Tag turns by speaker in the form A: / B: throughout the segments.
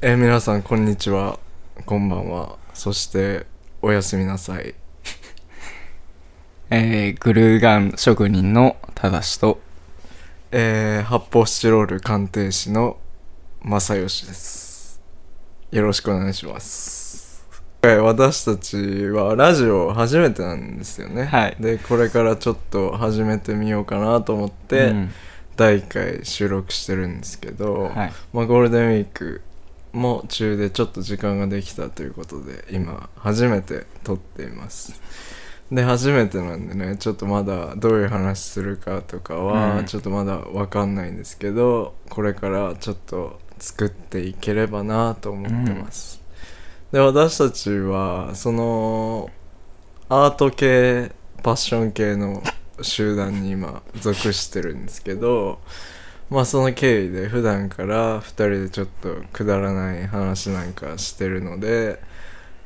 A: えー皆さんこんにちはこんばんはそしておやすみなさい
B: えー、グルーガン職人のただしと、
A: えー、発泡スチロール鑑定士の正義ですよろしくお願いします今回私たちはラジオ初めてなんですよね
B: はい
A: でこれからちょっと始めてみようかなと思って、
B: うん
A: 第1回収録してるんですけど、
B: はい、
A: まあ、ゴールデンウィークも中でちょっと時間ができたということで今初めて撮っていますで初めてなんでねちょっとまだどういう話するかとか
B: う
A: は
B: ん
A: ちょっとまだわかんないんですけど、これからちょっと作っていければなと思ってます、で私たちはそのアート系パッション系の集団に今属してるんですけどまあその経緯で普段から2人でちょっとくだらない話なんかしてるので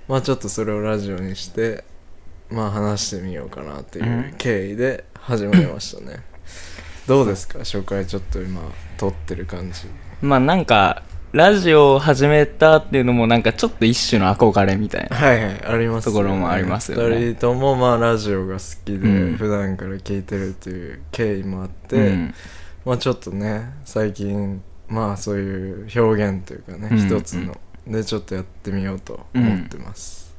A: まあちょっとそれをラジオにしてまあ話してみようかなっていう経緯で始まりましたね、どうですか初回ちょっと今撮ってる感じ
B: まあなんかラジオを始めたっていうのもなんかちょっと一種の憧れみたいな
A: はいはいありますよね
B: ところもありますよね
A: 二人ともまあラジオが好きで
B: うん
A: 普段から聞いてるっていう経緯もあって、
B: うん
A: まあちょっとね最近まあそういう表現というかね、
B: うん
A: 一つのでちょっとやってみようと思ってます、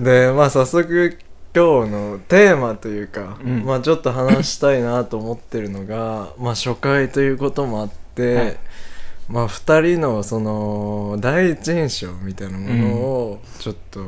A: でまあ早速今日のテーマというか、
B: うん
A: まあちょっと話したいなと思ってるのがまあ初回ということもあって、
B: はい
A: まあ2人のその第一印象みたいなものをちょっと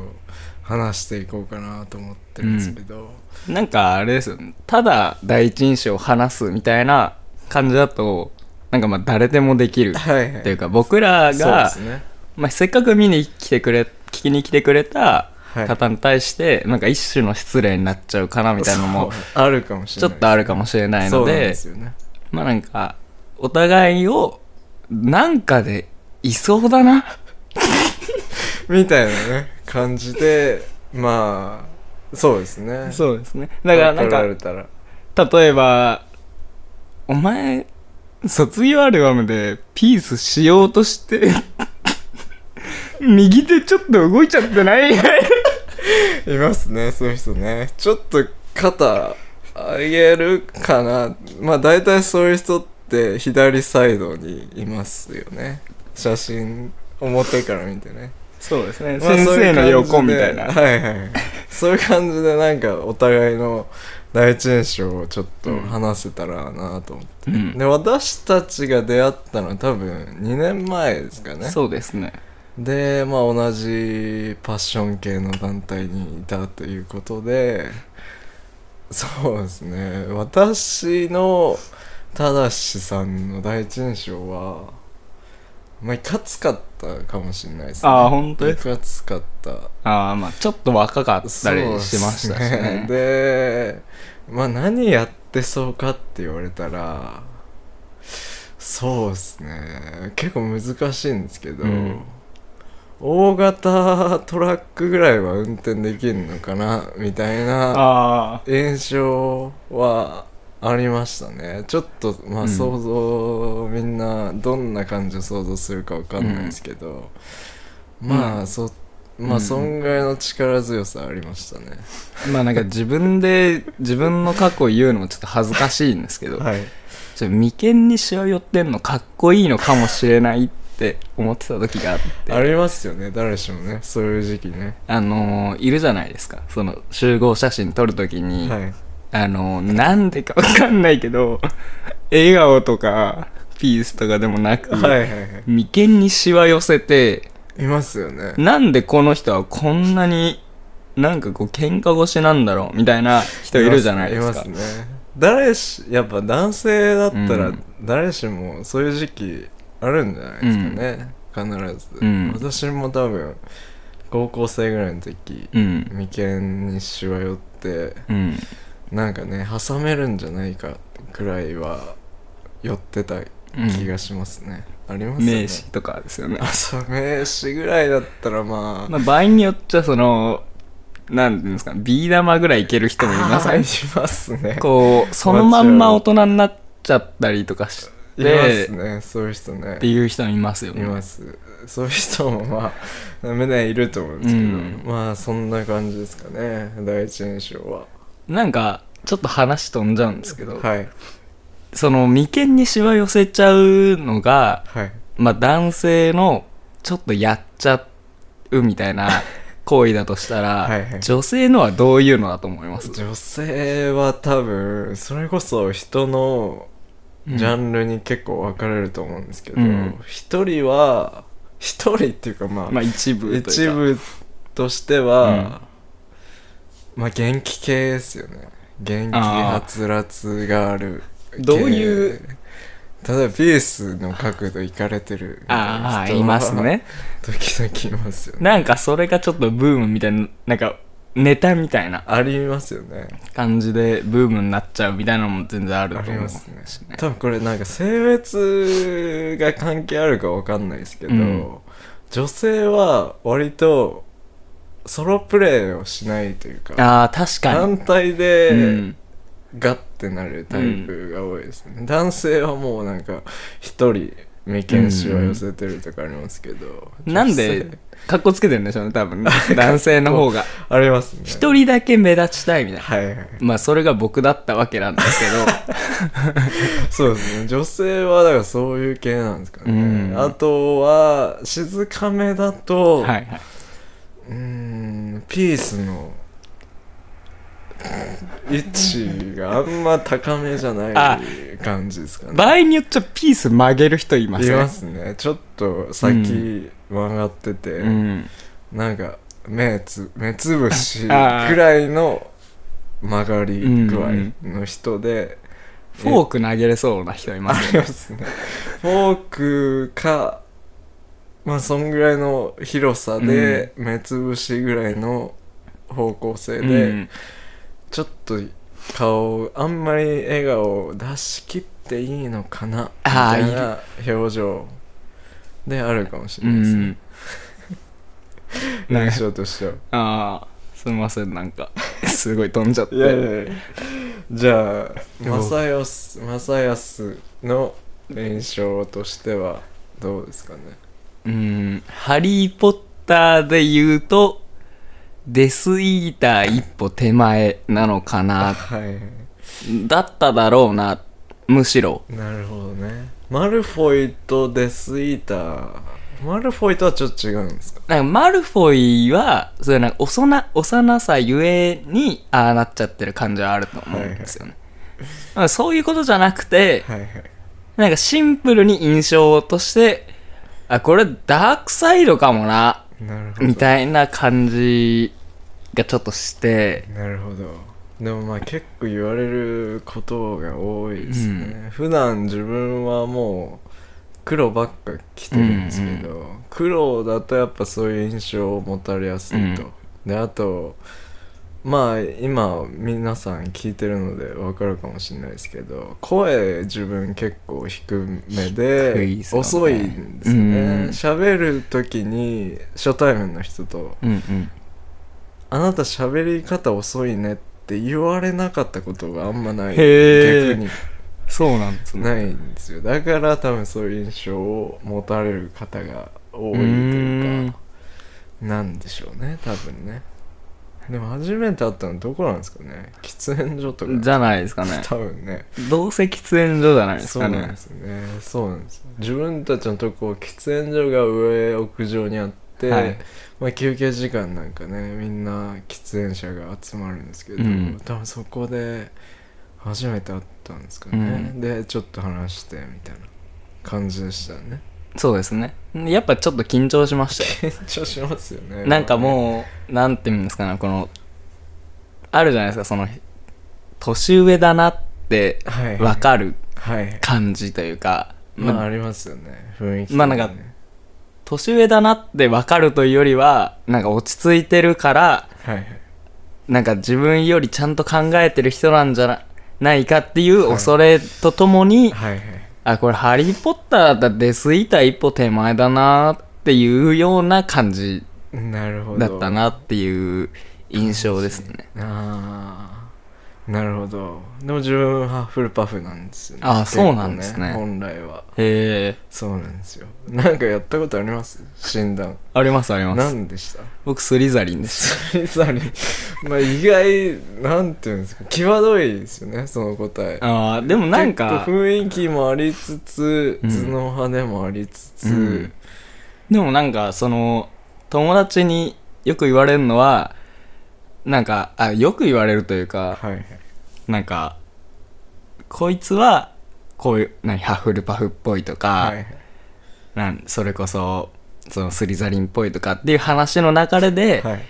A: 話していこうかなと思ってるんですけど、
B: なんかあれですよねただ第一印象を話すみたいな感じだとなんかまあ誰でもできる
A: はいはい
B: というか僕ら
A: そうで
B: が、
A: すね
B: まあ、せっかく見に来てくれ聞きに来てくれた
A: はい
B: 方に対して、なんか一種の失礼になっちゃうかなみたいなのも
A: そうあるかもし
B: ち
A: れ
B: ょ
A: ない
B: っとあるかもしれないの
A: そうなん
B: で
A: ですよね
B: まあなんか、お互いを、なんかで、いそうだな。
A: みたいなね感じ でまあそうですね
B: そうですね。だからなん
A: 怒られ
B: か、
A: たら
B: 例えば、お前、卒業アルバムでピースしようとして、右手ちょっと動いちゃってない
A: いますねそういう人ねちょっと肩上げるかなまあ大体そういう人って左サイドにいますよね写真表から見てね、
B: そうですね。
A: まあ
B: 先生の横
A: そう
B: み
A: う
B: た
A: 感
B: い
A: じでは
B: な。
A: いはいはいそういう感じでなんかお互いの第一印象をちょっと話せたらなと思って
B: うん
A: で私たちが出会ったのは多分2年前ですかね
B: そうですね。
A: でまあ同じパッション系の団体にいたということでそうですね私のただしさんの第一印象はまあいかつかったかもしれないですね
B: ああ、本当
A: い
B: です。
A: かつかった
B: ああ、まあちょっと若かったりし
A: そう
B: ましたし
A: ですね
B: ね。
A: で、まあ何やってそうかって言われたら、そうですね。結構難しいんですけど、
B: うん
A: 大型トラックぐらいは運転できるのかな、みたいな
B: ああ。
A: 印象はありましたね。ちょっと、ま
B: う
A: あ
B: ん
A: 想像、みんなどんな感じを想像するかわかんないですけど、まあ、そ、ま
B: う
A: あ、
B: ん
A: そんぐらいの力強さありましたね。
B: まあなんか自分で、自分の過去を言うのもちょっと恥ずかしいんですけど、
A: はい、
B: ちょ眉間にしわ寄ってんのかっこいいのかもしれないって思ってた時があって
A: あ
B: あ
A: りますよね誰しもねそういう時期ね、
B: のーいるじゃないですかその集合写真撮る時に、
A: はい、
B: あのーなんでかわかんないけど笑顔とかピースとかでもなく、
A: はいはいは
B: 眉間にしわ寄せて
A: いいますよね
B: なんでこの人はこんなになんかこう喧嘩腰なんだろうみたいな人いるじゃないですか
A: いますね誰しやっぱ男性だった
B: う
A: ら
B: ん
A: 誰しもそういう時期あるんじゃないですかね、必ず、
B: うん
A: 私も多分高校生ぐらいの時
B: うん
A: 眉間にしわ寄って
B: うん
A: なんかね挟めるんじゃないかくらいは寄ってた気がしますね、ありますよね
B: 名刺とかですよね
A: 朝飯ぐらいだったらまあ、
B: まあ、場合によっちゃその、なんていうんですか、ビー玉ぐらいいける 人もいませ
A: あー
B: ん
A: いますね
B: こう、そのまんま大人になっちゃったりとかし
A: いますねそういう人ね
B: ていう人いますよ
A: い
B: ね
A: ますそういう人もまあ無念いると思うんですけど、
B: うん
A: まあそんな感じですかね第一印象は
B: なんかちょっと話飛んじゃうんですけど、
A: はい
B: その眉間にしわ寄せちゃうのが
A: はい
B: まあ男性のちょっとやっちゃうみた いな行為だとしたら
A: はいはい
B: 女性のはどういうのだと思います
A: 女性は多分それこそ人の
B: うん
A: ジャンルに結構分かれると思うんですけど
B: うん
A: 一、人は一人っていうかまあ、
B: まあ一部と
A: 一
B: いうか
A: 部としては、まあ元気系ですよね元気
B: あー
A: はつらつがある系
B: どういう
A: 例えばピースの角度いかれてるみたいな
B: ああ
A: 人はい
B: ますね
A: 時々いますよね
B: なんかそれがちょっとブームみたいななんかネタみたいな
A: ありますよね
B: 感じでブームになっちゃうみたいなのも全然あると
A: あ
B: 思う
A: りますね
B: し
A: 多分これなんか性別が関係あるかわかんないですけど、
B: うん
A: 女性は割とソロプレイをしないというか
B: ああ確かに
A: 単体
B: う
A: で
B: ん
A: ガッてなるタイプが多いですね、男性はもうなんか一人眉間しは寄せてるとかありますけど、
B: うんなんで
A: 女性
B: かっこつけてるんでしょうね多 分ね男性の方が
A: ありますね
B: 一人だけ目立ちたいみたいな
A: はいはい
B: まあそれが僕だったわけなんですけ
A: そうですね女性はだからそういう系なんですかね、
B: うん
A: あとは静かめだと、
B: ど はいはいう
A: ーんピースの位置があんま高めじゃな
B: あ
A: い感じですかね。
B: 場合によっちゃピース曲げる人います
A: い
B: ね
A: ますね。ちょっと先曲がってて、
B: うん
A: なんか目つ目つぶしぐ
B: あー
A: らいの曲がり具合の人で、
B: フォーク投げれそうな人いま
A: あ
B: す
A: り
B: よ
A: ま
B: ね
A: すね。フォークか、まあそんぐらいの広さで、目つぶしぐらいの方向性で、
B: うん
A: ちょっと顔あんまり笑顔を出し切っていいのかなみ
B: あ
A: た
B: ー
A: いな表情であるかもし
B: う
A: れないですね、
B: んなんか
A: 印象としては
B: ああすいませんなんかすごい飛んじゃって
A: いやいやいやじゃあ
B: も
A: 正康正康の印象としてはどうですかね
B: うん「ハリー・ポッター」で言うとデスイーター一歩手前なのかな
A: はいは
B: だっただろうなむしろ
A: いなるほどねマルフォイとデスイーターマルフォイとはちょっと違うんですか
B: なんかマルフォイはそういうなんか幼幼さゆえにああなっちゃってる感じはあると思うんですよね、なんかそういうことじゃなくて
A: はいはい
B: なんかシンプルに印象としてあこれダークサイドかもな
A: なるほど
B: みたいな感じがちょっとして
A: なるほどでもまあ結構言われることが多いですね、普段自分はもう黒ばっか着てるんですけど、黒だとやっぱそういう印象を持たれやすいと、
B: うん
A: であとまあ今皆さん聞いてるので分かるかもしれないですけど声自分結構低め
B: 低
A: で
B: いっすよね
A: 遅いんですよ
B: うん
A: ね喋、る時に初対面の人と
B: うんうん
A: あなた喋り方遅いねって言われなかったことがあんまない
B: へー
A: 逆に
B: そうなんです
A: ないんですよだから多分そういう印象を持たれる方が多いと
B: う
A: い
B: ー
A: うんかなんでしょうね多分ねでも初めて会ったのどこなんですかね喫煙所とか
B: じゃないですかね
A: 多分ね
B: どうせ喫煙所じゃないです
A: そう
B: か
A: なんで
B: ね
A: すよねそうなんですよ自分たちのとこ喫煙所が上屋上にあって、
B: はい
A: まあ、休憩時間なんかねみんな喫煙者が集まるんですけど、
B: うん
A: 多分そこで初めて会ったんですかね、
B: う
A: でちょっと話してみたいな感じでした ね
B: そうですねやっぱちょっと緊張しましたよ
A: 緊張しますよね
B: なんかもうなんて言うんですかねこのあるじゃないですかその年上だなって
A: うはい
B: わかる
A: はい
B: 感じというか、
A: まあ
B: まあ
A: ありますよね雰囲気、
B: まあなんか年上だなってわかるというよりはなんか落ち着いてるから
A: はいはい
B: なんか自分よりちゃんと考えてる人なんじゃなないかっていう恐れとともに、
A: はいはい
B: あこれ「ハリー・ポッター」だったら出過ぎた一歩手前だなっていうような感じ
A: なるほど
B: だったなっていう印象ですね
A: ああなるほどでも自分はフルパフなんですよね
B: あー
A: 結構
B: そうなんですね
A: 本来は
B: へえ
A: そうなんですよなんかやったことあります診断
B: ありますありま
A: な
B: す
A: んでした
B: 僕スリザリンです
A: スリザリンまあ意外なんていうんですか際どいですよねその答え
B: ああでもなんか
A: 結構雰囲気もありつつ、
B: うん
A: 頭脳派でもありつつ、
B: うんでもなんかその友達によく言われるのはなんかあよく言われるというか
A: はいはい
B: なんかこいつはこういう何ハッフルパフっぽいとか、
A: はいはい
B: なんそれこそそのスリザリンっぽいとかっていう話の流れで、
A: はい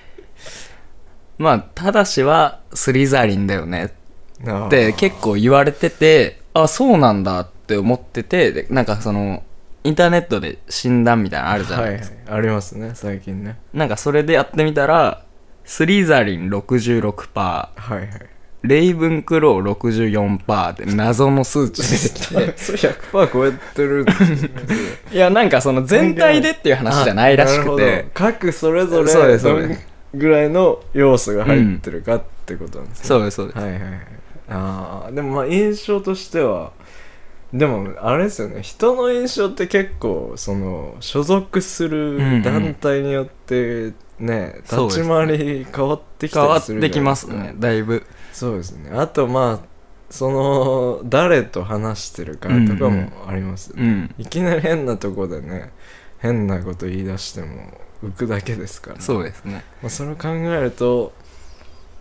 B: まあただしはスリザリンだよね
A: なあ
B: って結構言われててあそうなんだって思っててでなんかそのインターネットで診断みたいなのあるじゃない
A: はいはいありますね最近ね
B: なんかそれでやってみたら、スリザリン66%、
A: はい はい
B: レイブンクロー64%って謎の数値出て きて、
A: それ100%超えてるんですよねそれ
B: いやなんかその全体でっていう話じゃないらしく
A: なる
B: て
A: ほど、各それぞ
B: そうで
A: れ
B: すそ
A: ど
B: うで
A: ん
B: す
A: ぐらいの要素が入ってるかってことなんですね、
B: そうですそうです。
A: はいはいはいああでもまあ印象としてはでもあれですよね人の印象って結構その所属す
B: うんう
A: る
B: ん
A: 団体によってね、
B: そうです
A: 立ち
B: ね
A: 回り変わってき
B: 変
A: た
B: わ
A: り
B: っ
A: する
B: てきます
A: じゃない
B: ね
A: で、
B: だいぶ。
A: そうですねあとまあその誰と話してるかとかもありますよね
B: うん。
A: いきなり変なとこでね変なこと言い出しても浮くだけですから、
B: そうですね。
A: まあ、それを考えると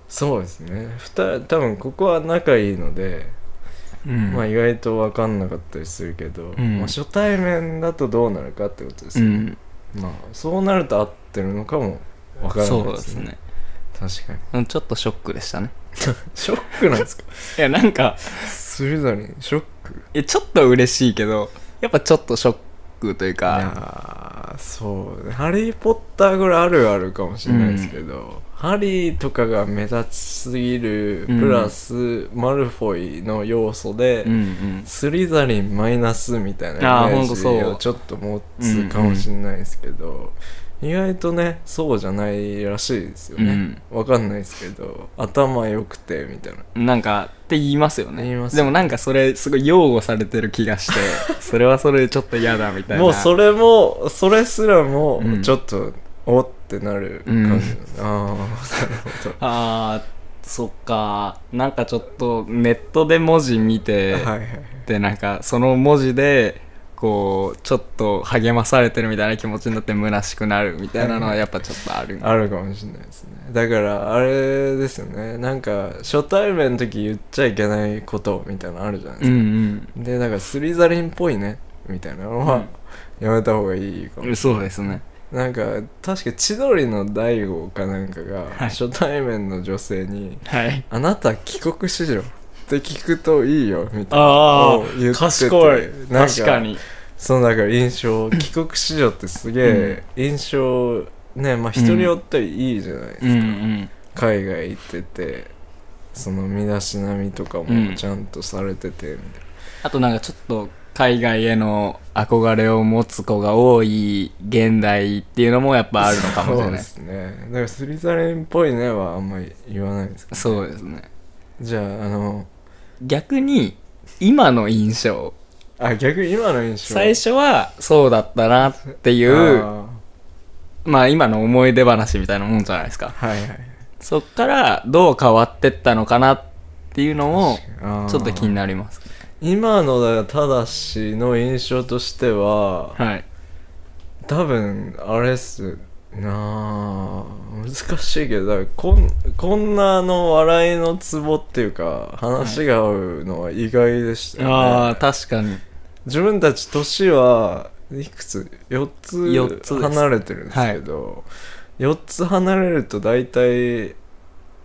A: そうですね二人多分ここは仲いいので、
B: うん。
A: まあ、意外と分かんなかったりするけど、
B: うん
A: まあ、初対面だとどうなるかってことです
B: う
A: よね、
B: ん。
A: まあ、そうなると合ってるのかも分から
B: そ
A: ないうで
B: ですす
A: ね
B: ね。
A: 確かに
B: うんちょっとショックでしたね。
A: ショックなん ですか
B: いやなんか、
A: スリザリンショック
B: いやちょっと嬉しいけど、やっぱちょっとショックという
A: い
B: か、
A: やーそうね「ハリー・ポッター」ぐらいあるあるかもしれないですけど、ハリーとかが目立ちすぎる
B: うん
A: プラス、マルフォイの要素で、
B: うんうん。
A: スリザリンマイナスみたい
B: あ
A: な
B: ー
A: イメ
B: ほんと
A: ージ
B: そう
A: をちょっと持つかもしれないですけど、意外とねそうじゃないらしいですよ
B: う
A: ね、
B: ん。
A: わかんないですけど頭良くてみたいな
B: なんか、って言いますよね。
A: 言います
B: でもなんかそれ、すごい擁護されてる気がして、 それはそれでちょっと嫌だみたいな。
A: もうそれもそれすらも
B: うん
A: ちょっとおってなる感じ、ああなるほど
B: あー、そっか。なんかちょっと、ネットで文字見て、
A: はいはい
B: で、なんか、その文字で、こう、ちょっと励まされてるみたいな気持ちになって虚しくなるみたいなのはやっぱちょっとある。
A: あるかもしれないですねだからあれですよねなんか初対面の時言っちゃいけないことみたいなのあるじゃないで
B: う
A: すか、
B: ん
A: でなんかスリザリンっぽいねみたいなのは、やめた方がいいかも、
B: うん。そうですね。
A: なんか確か千鳥の大悟かなんかが、
B: はい
A: 初対面の女性に
B: はい。
A: 「あなた帰国子女」って聞くといいよみたいな
B: あ
A: を言っててなん
B: 確かに。
A: そのだから印象帰国子女ってすげえ印象ねまあ人によってはいいじゃないですか、
B: うんうん。
A: 海外行っててその身だしなみとか
B: うん
A: もちゃんとされててみたい
B: あとなんかちょっと海外への憧れを持つ子が多い現代っていうのもやっぱあるの
A: な、
B: かもしれない。
A: そうですねだからスリザリンっぽいねはあんまり言わないですか
B: そうですね。
A: じゃああの
B: 逆に今の印象、
A: あ逆に今の印象
B: 最初はそうだったなってい
A: あ
B: う、
A: ー
B: まあ今の思い出話みたいなもんじゃないですか。
A: はいはい
B: そっからどう変わってったのかなっていうのも
A: あー
B: ちょっと気になります。
A: 今のだからただしの印象としては
B: はい。
A: 多分あれっすなあ難しいけどだからこんこんなあの笑いのツボっていうか話が合うのは意外でしたよね、
B: ああ、確かに。
A: 自分たち年はいくつ4
B: 四つ
A: つ
B: です
A: 離れてるんですけど、4つ離れると大体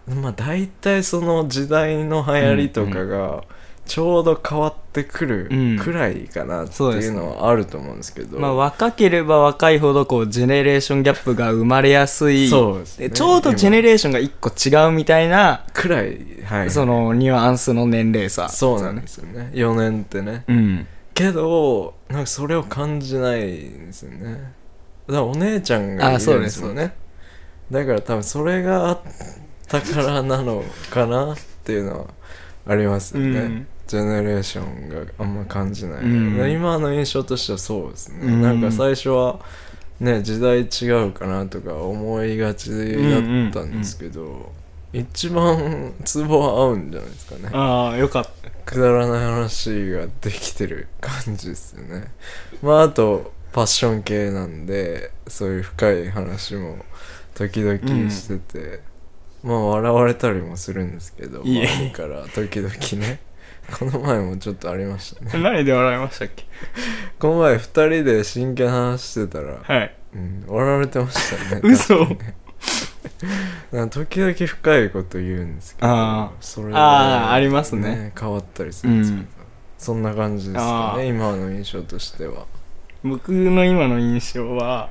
A: まあ大体その時代の流行りとかがちょうど変わってく
B: うん
A: るくらいかなって
B: そうで
A: い
B: す
A: う
B: ね
A: のはあると思うんですけど、
B: まあ若ければ若いほどこうジェネレーションギャップが生まれやすい。
A: そうですね
B: でちょうどジェネレーションが一個違うみたいな、
A: くらい、はい、
B: そのニュアンスの年齢差。
A: そうなんですよね4年ってね
B: うん。
A: けどなんかそれを感じないんですよねだからお姉ちゃんがい
B: あそ
A: る
B: うんで
A: ですすよねだから多分それがあったからなのかなっっていうのはありますよね、
B: うん
A: ジェネレーションがあんま感じない、
B: うん
A: 今の印象としてはそうですね、
B: うん
A: なんか最初はね時代違うかなとか思いがちだったんですけど、一番ツボは合うんじゃないですかね
B: ああよかった
A: くだらない話ができてる感じですよねまああとパッション系なんでそういう深い話も時々してて、まあ笑われたりもするんですけど
B: いえ
A: 周りから時々ねこの前もちょっとありましたね
B: 何で笑いましたっけ
A: この前2人で真剣な話してたら、
B: はい
A: うん、笑われてましたね
B: 嘘
A: 確かにねなんか時々深いこと言うんですけど
B: あ
A: それ
B: あーありますね
A: 変わったりするんですけど、
B: うん
A: そんな感じですか
B: あ
A: ね
B: ー
A: 今の印象としては
B: 僕の今の印象は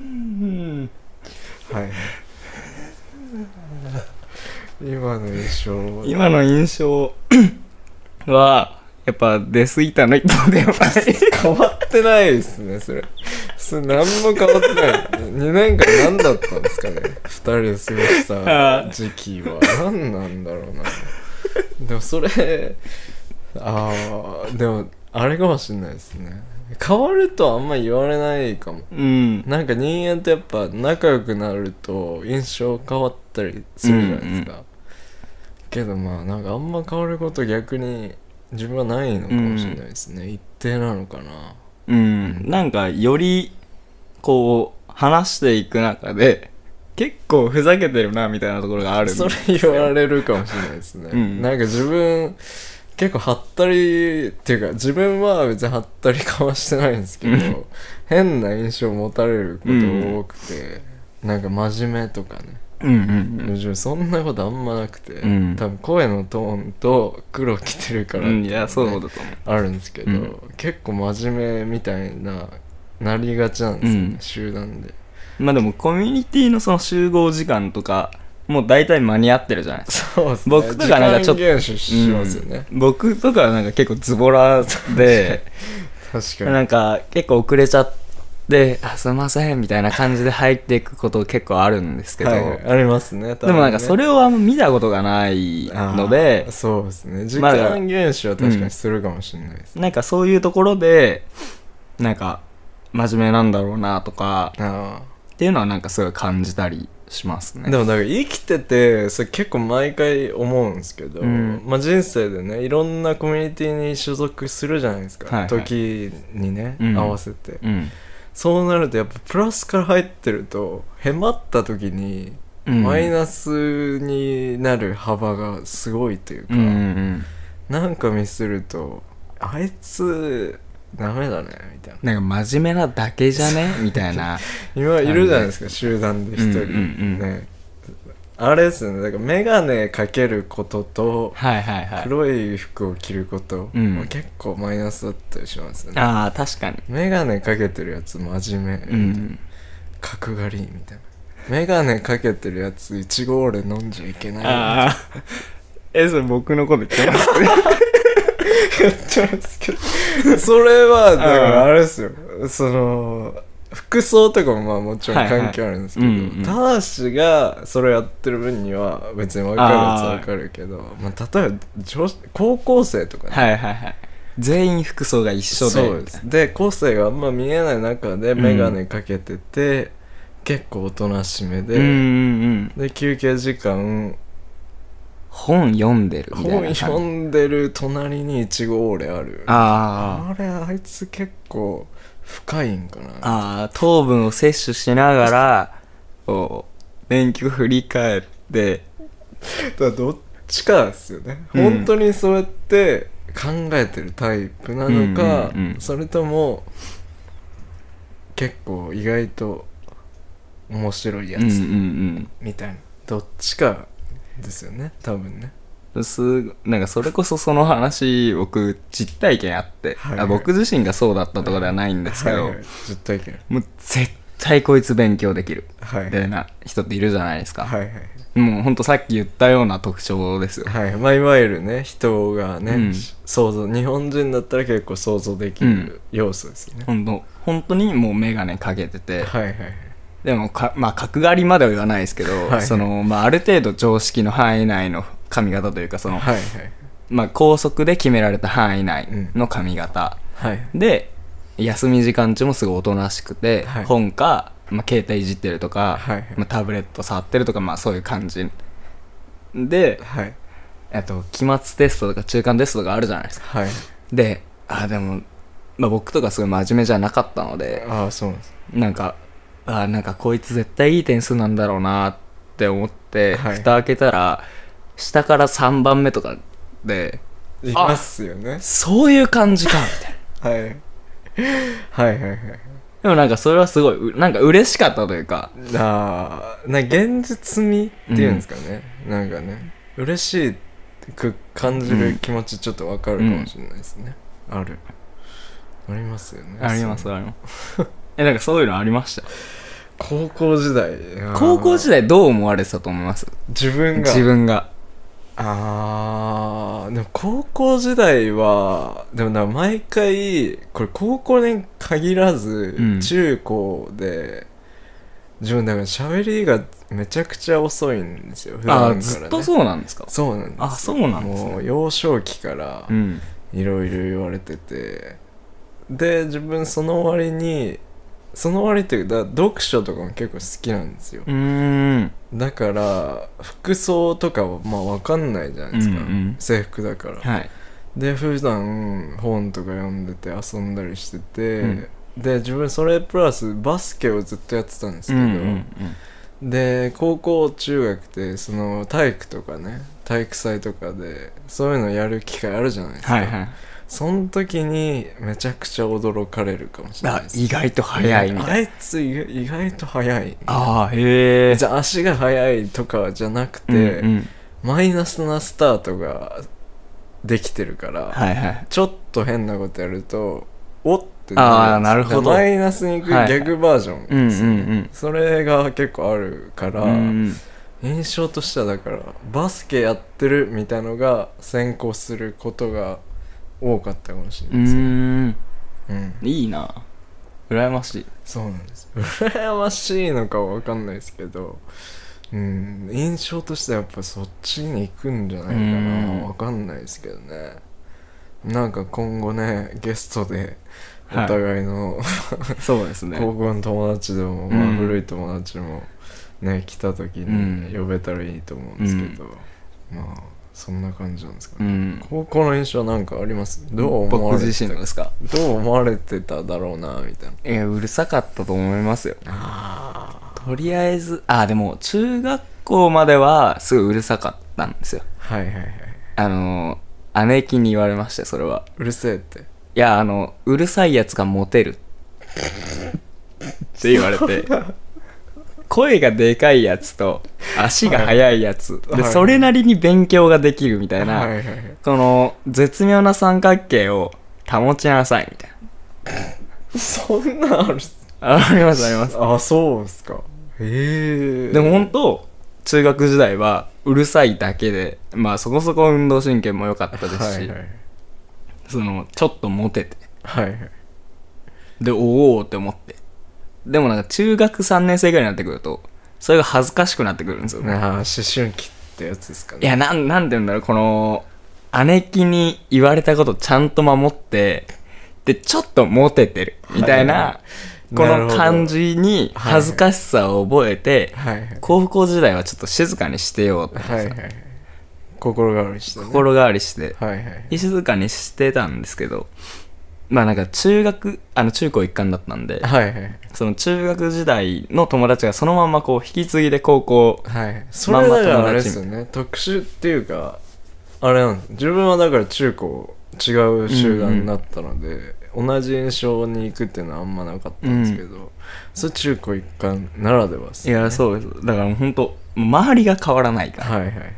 B: うん
A: はい 今の印象は
B: 今の印象はやっぱデスイーターの一歩ではない
A: 変わってないですねそれそれ何も変わってない2年間何だったんですかね2人で過ごした時期は何なんだろうなでもそれああでもあれかもしんないですね変わるとはあんま言われないかも
B: うん
A: なんか人間ってやっぱ仲良くなると印象変わったりするじゃないですか、けどまあなんかあんま変わること逆に自分はないのかもしれないですね、一定なのかな
B: うんなんかよりこう話していく中で結構ふざけてるなみたいなところがあるんで
A: それ言われるかもしれないですね、
B: うん
A: なんか自分結構はったりっていうか自分は別にはったりかはしてないんですけど変な印象を持たれることが多くて、なんか真面目とかね、
B: うんうん
A: 自分そんなことあんまなくて、
B: うん
A: 多分声のトーンと黒着てるか
B: う
A: ら
B: ん、
A: っていうのね
B: いやそうだと思う
A: あるんですけど、
B: うん
A: 結構真面目みたいななりがちなんですよね、
B: うん
A: 集団で
B: まあでもコミュニティのその集合時間とかもう大体間に合ってるじゃないですか
A: そうです
B: ね僕とかなんかちょっ
A: 時
B: と
A: 間厳守しますよね、
B: 僕とかはなんか結構ズボラで
A: 確かに
B: なんか結構遅れちゃって「あすいません」みたいな感じで入っていくこと結構あるんですけど、
A: はいはいありますね
B: でもなんかそ
A: れ
B: れをあんま見たことがないので
A: そうですね時
B: まあだから
A: 間厳守は確かにするかもしれないです、
B: なんかそういうところでなんか真面目なんだろうなとか
A: あ
B: っていうのはなんかすごい感じたりします
A: あ
B: ね
A: でもなんか生きててそれ結構毎回思うんですけど、
B: うん
A: まあ、人生でねいろんなコミュニティに所属するじゃないですか、
B: はいはい
A: 時にね、
B: うん
A: 合わせて
B: うん
A: そうなるとやっぱプラスから入ってるとへまった時に
B: うん
A: マイナスになる幅がすごいというか、
B: うんうん
A: なんかミスるとあいつダメだねみたいな
B: なんか真面目なだけじゃねみたいな
A: 今いるじゃないですか集団で 一人、
B: うんうんうん
A: ねあれですよねだから眼鏡かけることと
B: はいはいはい
A: 黒い服を着ること、
B: うん
A: まあ結構マイナスだったりしますよね
B: ああ確かに
A: 眼鏡かけてるやつ真面目、
B: うん
A: 角刈りみたいな眼鏡かけてるやついちご俺飲んじゃいけない
B: ああ えそれ僕のこと言ってます
A: 言ってますけど それはだからあれですよその服装とかもまあもちろん関係あるんですけど、
B: はいはいうんうん
A: ただしがそれやってる分には別に分かるやつは分かるけどまあ、例えば女子高校生とかね、
B: はいはいはい全員服装が一緒で
A: そうですで個性があんま見えない中で眼鏡かけてて、結構おとなしめ
B: うんう
A: で、
B: んうん
A: で休憩時間
B: 本読んでるみたいな
A: 本
B: 感じ
A: 読んでる隣にイチゴオーレある
B: あ
A: あれあいつ結構深いんかな
B: あああ糖分を摂取しながらこう電球振り返って
A: だからどっちかですよね、
B: うん
A: 本当にそうやって考えてるタイプなのか、
B: うんうんうん
A: それとも結構意外と面白いや
B: うんうんう
A: つ
B: ん
A: みたいな、どっちかですよね多分ね
B: すなんかそれこそその話僕実体験あって、
A: はい
B: あ僕自身がそうだったとかではないんですけど、
A: はいはい実体験
B: もう絶対こいつ勉強できる
A: はい
B: みたいな人っているじゃないですか、
A: はいはい
B: もうほんとさっき言ったような特徴ですよ
A: はいまあ、いわゆるね人がね、
B: うん
A: 想像日本人だったら結構想像できる要素ですよね、
B: ほんと本当にもう眼鏡かけてて
A: はいはいはい
B: ででもか、まあ、角刈りまでは言わないですけど、
A: はい
B: その、まあ、ある程度常識の範囲内の髪型というか、その、
A: はい
B: まあ、高速で決められた範囲内の髪型。
A: はいはい
B: で、休み時間中もすごいおとなしくて、
A: はい
B: 本か、まあ、携帯いじってるとか、
A: はい
B: まあ、タブレット触ってるとか、まあ、そういう感じ。で、
A: はい
B: えっと、期末テストとか中間テストとかあるじゃないですか。
A: はい
B: で、あ、でも、まあ、僕とかすごい真面目じゃなかったので、
A: ああそうなんです
B: なんか、あーなんかこいつ絶対いい点数なんだろうなって思って、
A: はい
B: 蓋開けたら、下から3番目とかで、
A: いますよね
B: そういう感じか、み たいな。
A: はいはいはいはい
B: でもなんかそれはすごい、うなんか嬉しかったというか、
A: あーな現実味っていうんですかね、なんかね嬉しく感じる気持ちちょっとわかるかもしれないですね、あるありますよね
B: あります
A: その
B: あります。 え、なんかそういうのありました。
A: 高校時代あー
B: 高校時代どう思われてたと思います
A: 自分が
B: 自分が。
A: あーでも高校時代はでもな毎回これ高校に限らず、
B: うん
A: 中高で自分だから喋りがめちゃくちゃ遅いんですよ普段か
B: あ
A: ら、
B: ー、
A: ね、
B: ずっとそうなんですか
A: そうなんですよ
B: あそうなんですね
A: もう幼少期から
B: うん。
A: いろいろ言われててで自分その割にその割っていうかだ読書とかも結構好きなんですよ
B: うーん。
A: だから服装とかはまあ分かんないじゃないですか、
B: うんうん
A: 制服だから、
B: はい。
A: で普段本とか読んでて遊んだりしてて、
B: うん
A: で自分それプラスバスケをずっとやってたんです
B: う
A: けど、
B: んうん
A: で高校中学ってその体育とかね体育祭とかでそういうのやる機会あるじゃないですか、
B: はいはい。
A: その時にめちゃくちゃ驚かれるかもしれない
B: あ
A: で、す
B: 意外と早いみたいな。
A: あいつ意外意外と早い
B: ああ、へえ。
A: じゃあ足が速いとかじゃなくて、
B: うんうん
A: マイナスなスタートができてるから、
B: はいはい。
A: ちょっと変なことやるとおって
B: あーなるほど
A: マイナスにいく
B: はい
A: 逆バージョン、
B: うんうん
A: それが結構あるから、
B: うん。
A: 印象としてはだからバスケやってるみたいのが先行することが多かったかもしれ
B: う
A: ないですよ、
B: ん。
A: うん
B: いいな。羨ましい。
A: そうなんです羨ましいのかは分かんないですけどうん印象としてはやっぱそっちに行くんじゃないか
B: うん
A: な分かんないですけどねなんか今後ねゲストでお
B: はい
A: 互いの、
B: そうですね。
A: 高校の友達でも、ま
B: う
A: あ、
B: ん
A: 古い友達もね来た時に
B: う
A: 呼べたらいいと思うんですけど、まあそんな感じなんですか
B: う
A: ね、
B: ん。
A: 高校の印象なんかありますどう思わ
B: 僕
A: れて
B: 自身のですか
A: どう思われてただろうなみたいな
B: え、うるさかったと思いますよ。
A: あ
B: とりあえず、あ、でも、中学校までは、すごいうるさかったんですよ。
A: はいはいはい
B: あの、姉貴に言われまして、それは。
A: うるせえって
B: いや、あの、うるさいやつがモテる。って言われて。声がでかいやつと、足が速いやつ。
A: はい
B: で、
A: はい
B: それなりに勉強ができるみたいな。
A: はいはいはい
B: この、絶妙な三角形を保ちなさい、みたい
A: そんなんある
B: な。ああります、あります。
A: あそうっすかへえ
B: でも本当中学時代は、うるさいだけで、まあそこそこ運動神経も良かったですし、
A: はいはい
B: その、ちょっとモテて。
A: はいはい
B: で、おおって思って。でもなんか中学3年生ぐらいになってくると、それが恥ずかしくなってくるんですよ。
A: なあ思春期ってやつですかね
B: いや、なん、なんて言うんだろう、この、姉貴に言われたことちゃんと守って、で、ちょっとモテてる、みたいな、
A: い
B: こ
A: なる
B: の
A: ほど
B: 感じに恥ずかしさを覚えて、
A: はいはい
B: 高校時代はちょっと静かにしてようって、
A: はいはいはい心変わりしてね
B: 心変わりして、
A: はいはいはい
B: 静かにしてたんですけど、まあなんか中学、あの中高一貫だったんで、
A: はいはい
B: その中学時代の友達がそのままこう引き継ぎで高校、
A: はいそれだからあれですよね特殊っていうかあれなんです自分はだから中高違う集団だったので、同じ印象に行くっていうのはあんまなかったんですけど、それ中高一貫ならではです
B: いや、そうです。だからもう本当周りが変わらないから。
A: はいはいはい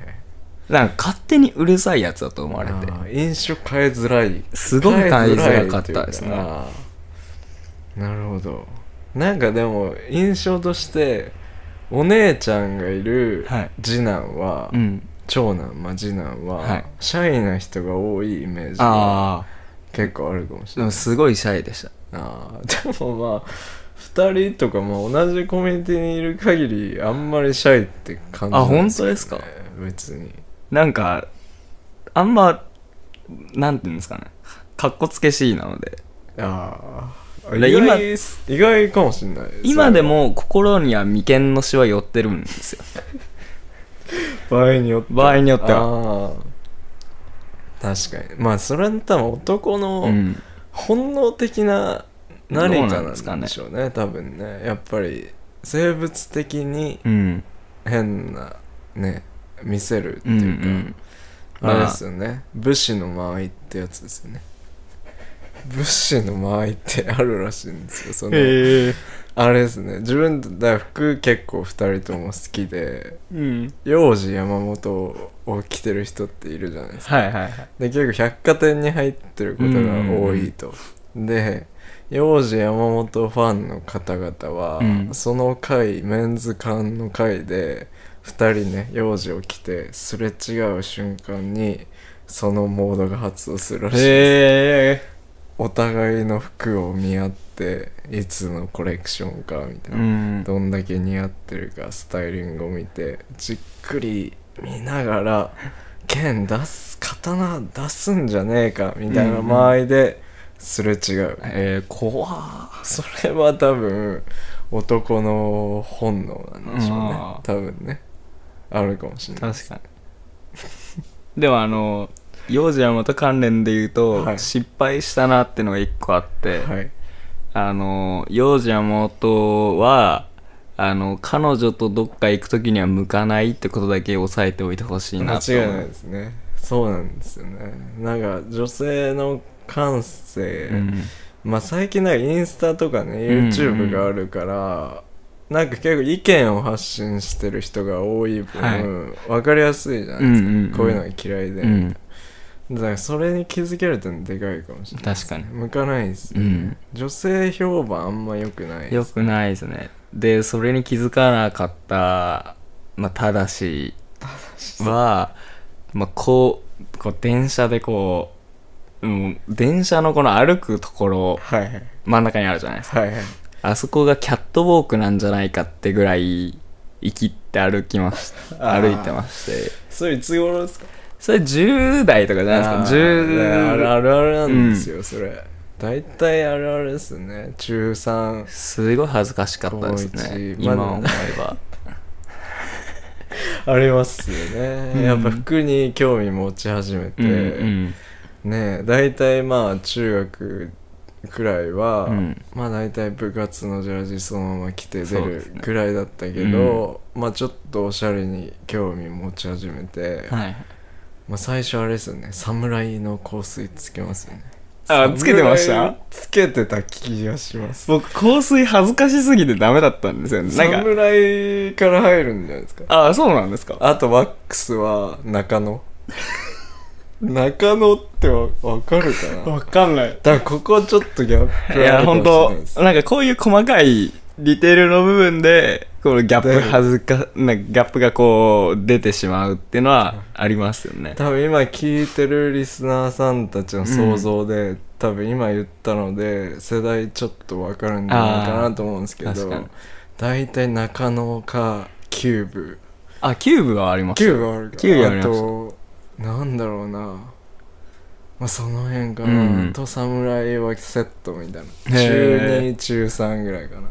B: なんか勝手にうるさいやつだと思われて。
A: あー印象変えづらい
B: すごく変えづらかったですね。
A: あーなるほどなんかでも印象としてお姉ちゃんがいる
B: はい
A: 次男は、
B: うん。
A: 長男まあ次男は、
B: はい
A: シャイな人が多いイメージが
B: ああ。
A: 結構あるかもし
B: で
A: れな
B: も
A: い
B: すごいシャイでした。
A: あーでもまあ2人とかも同じコミュニティにいる限りあんまりシャイって感じない
B: あ本当ですか
A: 別に
B: なんか、あんま、なんていうんですかね。かっこつけしいなので。
A: ああ
B: で
A: 意外です意外かもしんない
B: 今で
A: も
B: も心には眉間のしわ寄ってるんですよ。
A: 場合によって
B: 場合によっては。
A: あー確かにまあそれは多分男の、
B: うん。
A: 本能的な何
B: どう
A: か
B: なんですか
A: な
B: ね
A: んでしょうね多分ねやっぱり生物的に
B: うん。
A: 変なね見せるって
B: うんう
A: いうか、
B: ん。
A: あれ
B: ま
A: で
B: あ
A: すよね武士の間合いってやつですよね武士の間合いってあるらしいんですよその、
B: へえ。
A: あれですね自分だから服結構2人とも好きで
B: うん。
A: 幼児山本を着てる人っているじゃないですか
B: はいはいはい。
A: で結構百貨店に入ってることが多いと、で幼児山本ファンの方々は、
B: うん
A: その回メンズ館の回で2人ね幼児を着てすれ違う瞬間にそのモードが発動するらしいです
B: へ
A: お互いの服を見合っていつのコレクションかみたいな、
B: うん。
A: どんだけ似合ってるかスタイリングを見てじっくり見ながら剣出す刀出すんじゃねえかみたいな間合いですれ違う、
B: えー、怖
A: それは多分男の本能なんでしょうね
B: あー
A: 多分ねあるかもしれない
B: 確かに。でもあの、幼児山本関連で言うと、
A: はい
B: 失敗したなってのが一個あって、
A: はい
B: あの、幼児山本は、あの、彼女とどっか行くときには向かないってことだけ押さえておいてほしい
A: 間
B: なと思
A: 違いないですねそうなんですよねなんか女性の感性、
B: うん
A: まあ最近なんかインスタとかね
B: うん
A: YouTube があるから、なんか結構意見を発信してる人が多い分、
B: はい
A: 分かりやすいじゃないですか、
B: うんうんうん
A: こういうのが嫌いで、
B: うん。
A: だからそれに気づけるってのでかいかもしれない
B: 確かに。
A: 向かないです、
B: うん。
A: 女性評判あんま良くないです
B: よくないですね。で、それに気づかなかった、まあ、ただし、は、まあ、こう、こう、電車でこう、うん、電車のこの歩くところ、
A: はいはい
B: 真ん中にあるじゃないですか。
A: はいはい
B: あそこがキャットウォークなんじゃないかってぐらい、生きって歩きまし、
A: あー
B: 歩いてまして。
A: それいつ頃ですか
B: それ10代とかじゃないですか。
A: ある
B: 10、
A: あるあるなんですよ、それ大体あるあるですね中3
B: すごい恥ずかしかったですね。
A: 高一ま
B: 今
A: だ
B: 思えば。
A: ありますよね、
B: うん
A: やっぱ服に興味持ち始めて、
B: うんうん
A: ねえ大体まあ中学くらいは、
B: うん
A: まあ大体部活のジャージそのまま着て出
B: そうで
A: る
B: すね
A: ぐらいだったけど、まあちょっとおしゃれに興味持ち始めて、
B: はい。
A: まあ最初あれですよね侍の香水つけますよね
B: あ、つけてました
A: 侍つけてた気がします
B: 僕、香水恥ずかしすぎてダメだったんですよね。なんか、
A: 侍から入るんじゃないですか
B: あ、そうなんですか
A: あとワックスは中 野中野ってわわかるかな
B: わかんない。
A: だからここちょっとギャッ
B: い
A: プあ
B: や、
A: るか
B: 本
A: もしれ
B: 当
A: ないです
B: なんかこういう細かいディテールの部分で、このギャップ恥ずか、なんかギャップがこう、出てしまうっていうのはありますよね。
A: 多分今聞いてるリスナーさんたちの想像で、多分今言ったので世代ちょっとわかるんじゃないかなと思うんですけ
B: あー確か
A: ど
B: に
A: 大体中野かキューブ
B: あ、キューブはありま
A: キ
B: す。
A: ューブあるか
B: キューブありま
A: あ
B: す
A: となんだろうなまあその辺かな、
B: うん
A: と侍はセットみたいな中
B: へ
A: 2中3ぐらいかな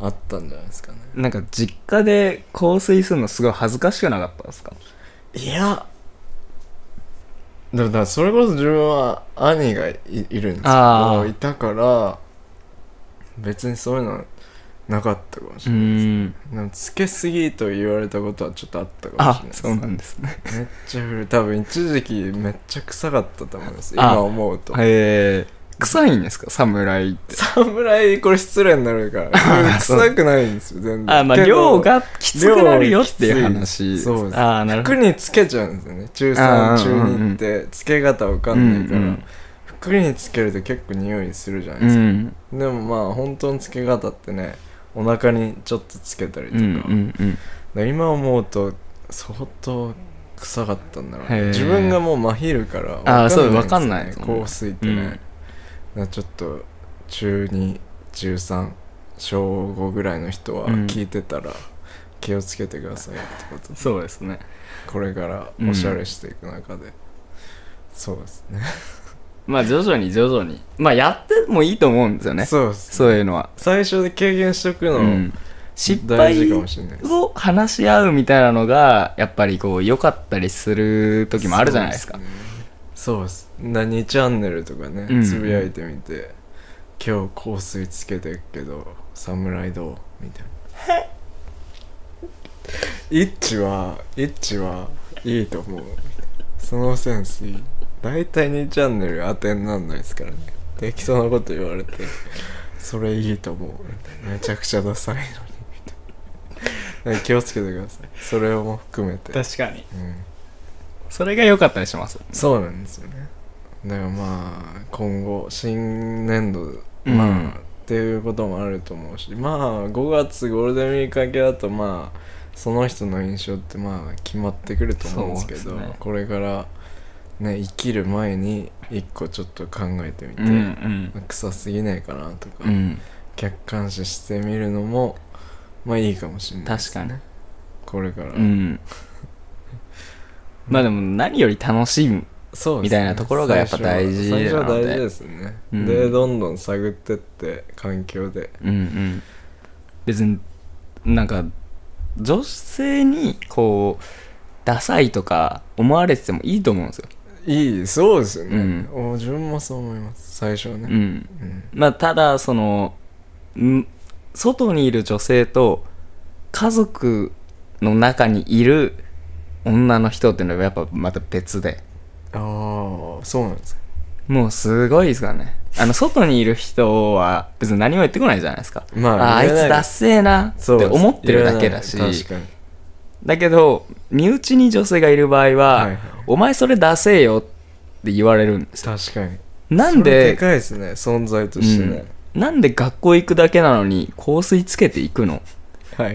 A: あったんじゃないですかね
B: なんか実家で香水するのすごい恥ずかしくなかったですか
A: いやでもだからそれこそ自分は兄がいいるんですけ
B: あ
A: ど
B: ー
A: いたから別にそういうのなかったかもしれない、
B: ん。
A: でもつけすぎと言われたことはちょっとあったかもしれ
B: あ
A: ない、です
B: そうなんですね。
A: めっちゃ古い多分一時期めっちゃ臭かったと思います
B: あ
A: 今思うと
B: へえ。臭いんですか侍って。
A: 侍これ失礼になるから
B: あそう
A: 臭くないんですよ全然
B: あ、まあ、
A: けど
B: 量がきつくなるよっていう
A: 量がき
B: 話。
A: ついそうです
B: ああ、なるほ
A: 服
B: ど。
A: につけちゃうんですよね中
B: あ
A: 3
B: ー
A: 中2ってつけ方わかんないから、
B: うんうん
A: 服につけると結構匂いするじゃないうですか、
B: ん。
A: でもまあ本当のつけ方ってねお腹にちょっとつけたりと
B: う
A: か,、
B: んうんうん。
A: 今思うと相当臭かったんだろう
B: へ
A: ね
B: ー
A: 自分がもう真昼からわ
B: あーそう
A: わかんない
B: わかんない
A: です
B: です
A: よ
B: も
A: ね
B: んね
A: 香水ってね、だからちょっと中2中3小5ぐらいの人は
B: うん
A: 聞いてたら気をつけてくださいってこと、
B: そうですね
A: これからおしゃれしていく中で、そうですね
B: まあ徐々に徐々にまあやってもいいと思うんですよね
A: そうです
B: そういうのは、
A: 最初で経験しておく
B: う
A: の
B: ん、失
A: 大
B: 敗
A: 事かもしれないです
B: を話し合うみたいなのがやっぱりこう良かったりする時もあるじゃないですか
A: そうです,、何チャンネルとかね、
B: うん
A: つぶやいてみて今日香水つけてるけど侍どうみたいな イッチはイッチはいいと思うそのセンスいい大体2チャンネル当てになんないですからね適当なこと言われてそれいいと思うみたいなめちゃくちゃダサいのにみ たいな気をつけてくださいそれも含めて、
B: 確かに
A: うん
B: それが良かったりします
A: そうなんですよねだからまあ今後新年度
B: うん
A: まあ、っていうこともあると思うしまあ5月ゴールデンウィーク明けだとまあその人の印象ってまあ決まってくると思うんですけ
B: そ
A: ど
B: うですね
A: これからね生きる前に一個ちょっと考えてみて、
B: うんうん
A: 臭すぎないかなとか、
B: うん
A: 客観視してみるのもまあいいかもしれないで
B: 確
A: す
B: かに
A: これから、
B: うんまあでも何より楽しむ
A: そう
B: みたいなところがやっぱ大事
A: 最初は
B: なの
A: 最初
B: で
A: は大事ですね、
B: うん
A: でどんどん探ってって環境で
B: うんうん別になんか女性にこうダサいとか思われててもいいと思うんですよ、
A: いいそうですよね、
B: う
A: お自分もそう思います最初は
B: う
A: ね
B: ん、
A: うん、
B: まあただそのん外にいる女性と家族の中にいる女の人っていうのはやっぱまた別で
A: ああそうなんですか
B: もうすごいですからねあの外にいる人は別に何も言ってこないじゃないですか
A: ま
B: ああいつダッセーなって
A: そうです
B: 思ってるだけだし
A: 言わない確かに
B: だけど身内に女性がいる場合は、
A: はいはい
B: お前それ出せよって言われるんです
A: 確かに
B: なん
A: それで
B: で、
A: かいですね存在としてね、
B: うんなんで学校行くだけなのに香水つけていくの
A: はいは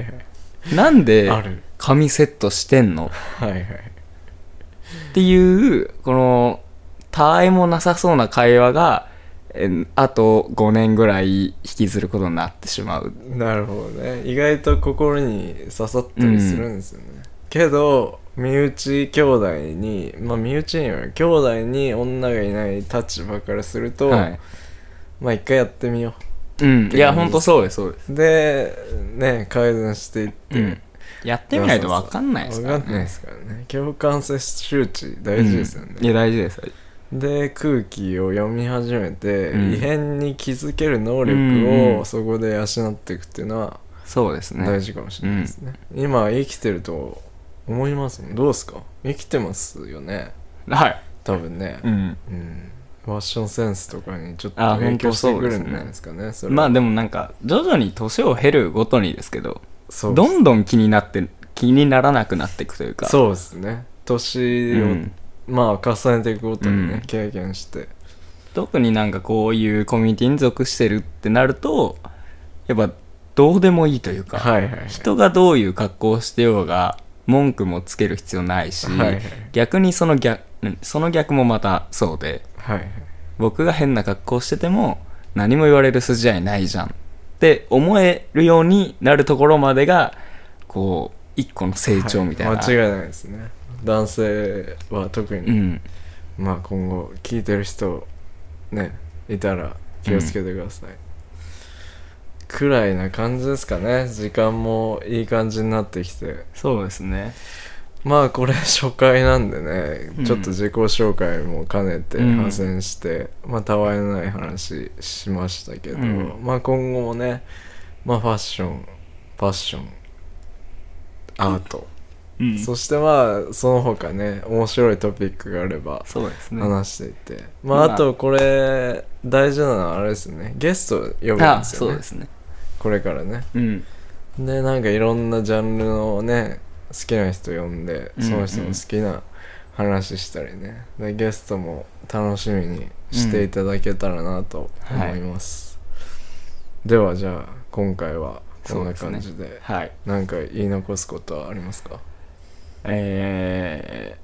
A: い
B: なんで
A: ある
B: 髪セットしてんの
A: はいはい
B: っていうこのたわいもなさそうな会話がえーあと5年ぐらい引きずることになってしまう
A: なるほどね意外と心に刺さったりするんですよね、けど身内兄弟にまあ身内には兄弟に女がいない立場からすると、
B: はい
A: まあ一回やってみよ
B: うん、いやほんとそうですそうです、
A: うでね改善していって、
B: うん、やってみないと分かんないです
A: 分
B: から
A: か
B: ね
A: んないですからね共感性周知大事ですよね
B: うん、いや大事です
A: で空気を読み始めて、
B: うん
A: 異変に気づける能
B: うん
A: 力
B: う
A: を
B: ん
A: そこで養っていくっていうのは
B: そうですね
A: 大事かもしれないですね、今生きてると思いますもんどうですか生きてますよね
B: はい、
A: 多分ね
B: うん、
A: うん、ファッションセンスとかにちょっと
B: あ
A: 影響して
B: 本当そう
A: く
B: で
A: る
B: すね
A: んじゃないですかねそれ
B: まあでもなんか徐々に年を経るごとにですけど
A: そう
B: どんどん気になって気にならなくなっていくというか
A: そうですね年を、
B: うん
A: まあ重ねていくごとにね、
B: うん
A: 経験して
B: 特になんかこういうコミュニティに属してるってなるとやっぱどうでもいいというか、
A: はいはいはい
B: 人がどういう格好をしてようが文句もつける必要ないし、
A: はいはい
B: 逆にその逆その逆もまたそうで
A: はいはい
B: 僕が変な格好してても何も言われる筋合いないじゃんって思えるようになるところまでがこう一個の成長みたいな、
A: は間違いないですね男性は特
B: う
A: に、
B: ん
A: まあ今後聞いてる人ねいたら気をつけてください、くらいな感じですかね時間もいい感じになってきて
B: そうですね
A: まあこれ初回なんでね、
B: うん
A: ちょっと自己紹介も兼ねて
B: うん
A: 派生して、まあたわいのない話しましたけど、
B: うん
A: まあ今後もねまあファッションファッションアート、
B: うん
A: そしてまあその他ね面白いトピックがあれば
B: そうですね
A: 話していって、まあ
B: まあ
A: あとこれ大事なのはあれですねゲスト呼ぶん
B: あ
A: ですよ
B: そう
A: ね
B: ですね
A: これからね
B: うん
A: でなんかいろんなジャンルのね好きな人呼んで
B: うん
A: その人の好きな話したりね、でゲストも楽しみにしていただけたらなと思います、ではじゃあ今回はこんな感じで
B: はい
A: なんか言い残すことはあります か
B: え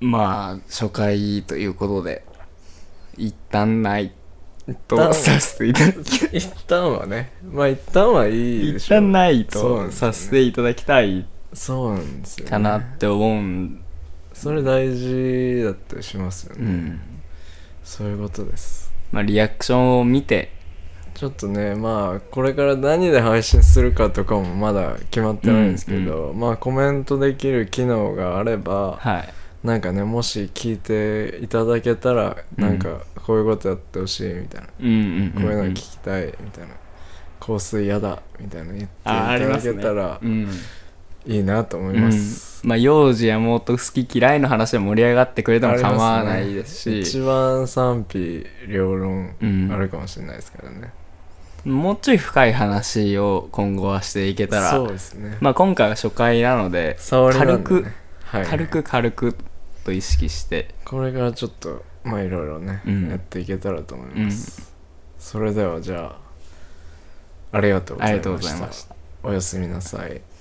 B: ー、まあ初回ということで一旦ないとさせていただき
A: 一旦はねまあ一旦はいいで
B: 一
A: しょう
B: 旦ない
A: そうなん
B: と
A: ですよね
B: させていただきたい
A: そうなんですよ、ね、
B: かなって思うん、
A: それ大事だったりしますよ
B: う
A: ね、
B: ん
A: そういうことです
B: まあ、リアクションを見て
A: ちょっとねまあこれから何で配信するかとかもまだ決まってないんですけど、まあコメントできる機能があれば
B: はい
A: なんかねもし聞いていただけたら
B: うん
A: なんかこういうことやってほしいみたいな、
B: うんうん
A: こういうの聞きたいみたいな香水嫌だみたいな言ってい
B: あー
A: た
B: ありま
A: だ
B: す
A: け
B: ね
A: たら
B: うん
A: いいなと思います、
B: うんまあ幼児やもっと好き嫌いの話で盛り上がってくれても構わないですし
A: 一番賛否両論
B: うん
A: あるかもしれないですからね、
B: もうちょい深い話を今後はしていけた
A: そう
B: ら、
A: ですね、
B: まあ、今回は初回なので
A: 触りなんで、ね、
B: 軽く、
A: はい、
B: 軽く軽くと意識して
A: これからちょっとまあいろいろね、
B: うん
A: やっていけたらと思います、それではじゃあありがとうご
B: あ
A: ざ
B: り
A: い
B: がとう
A: ま
B: ござい
A: し
B: ま
A: た
B: した
A: おやすみなさい
B: お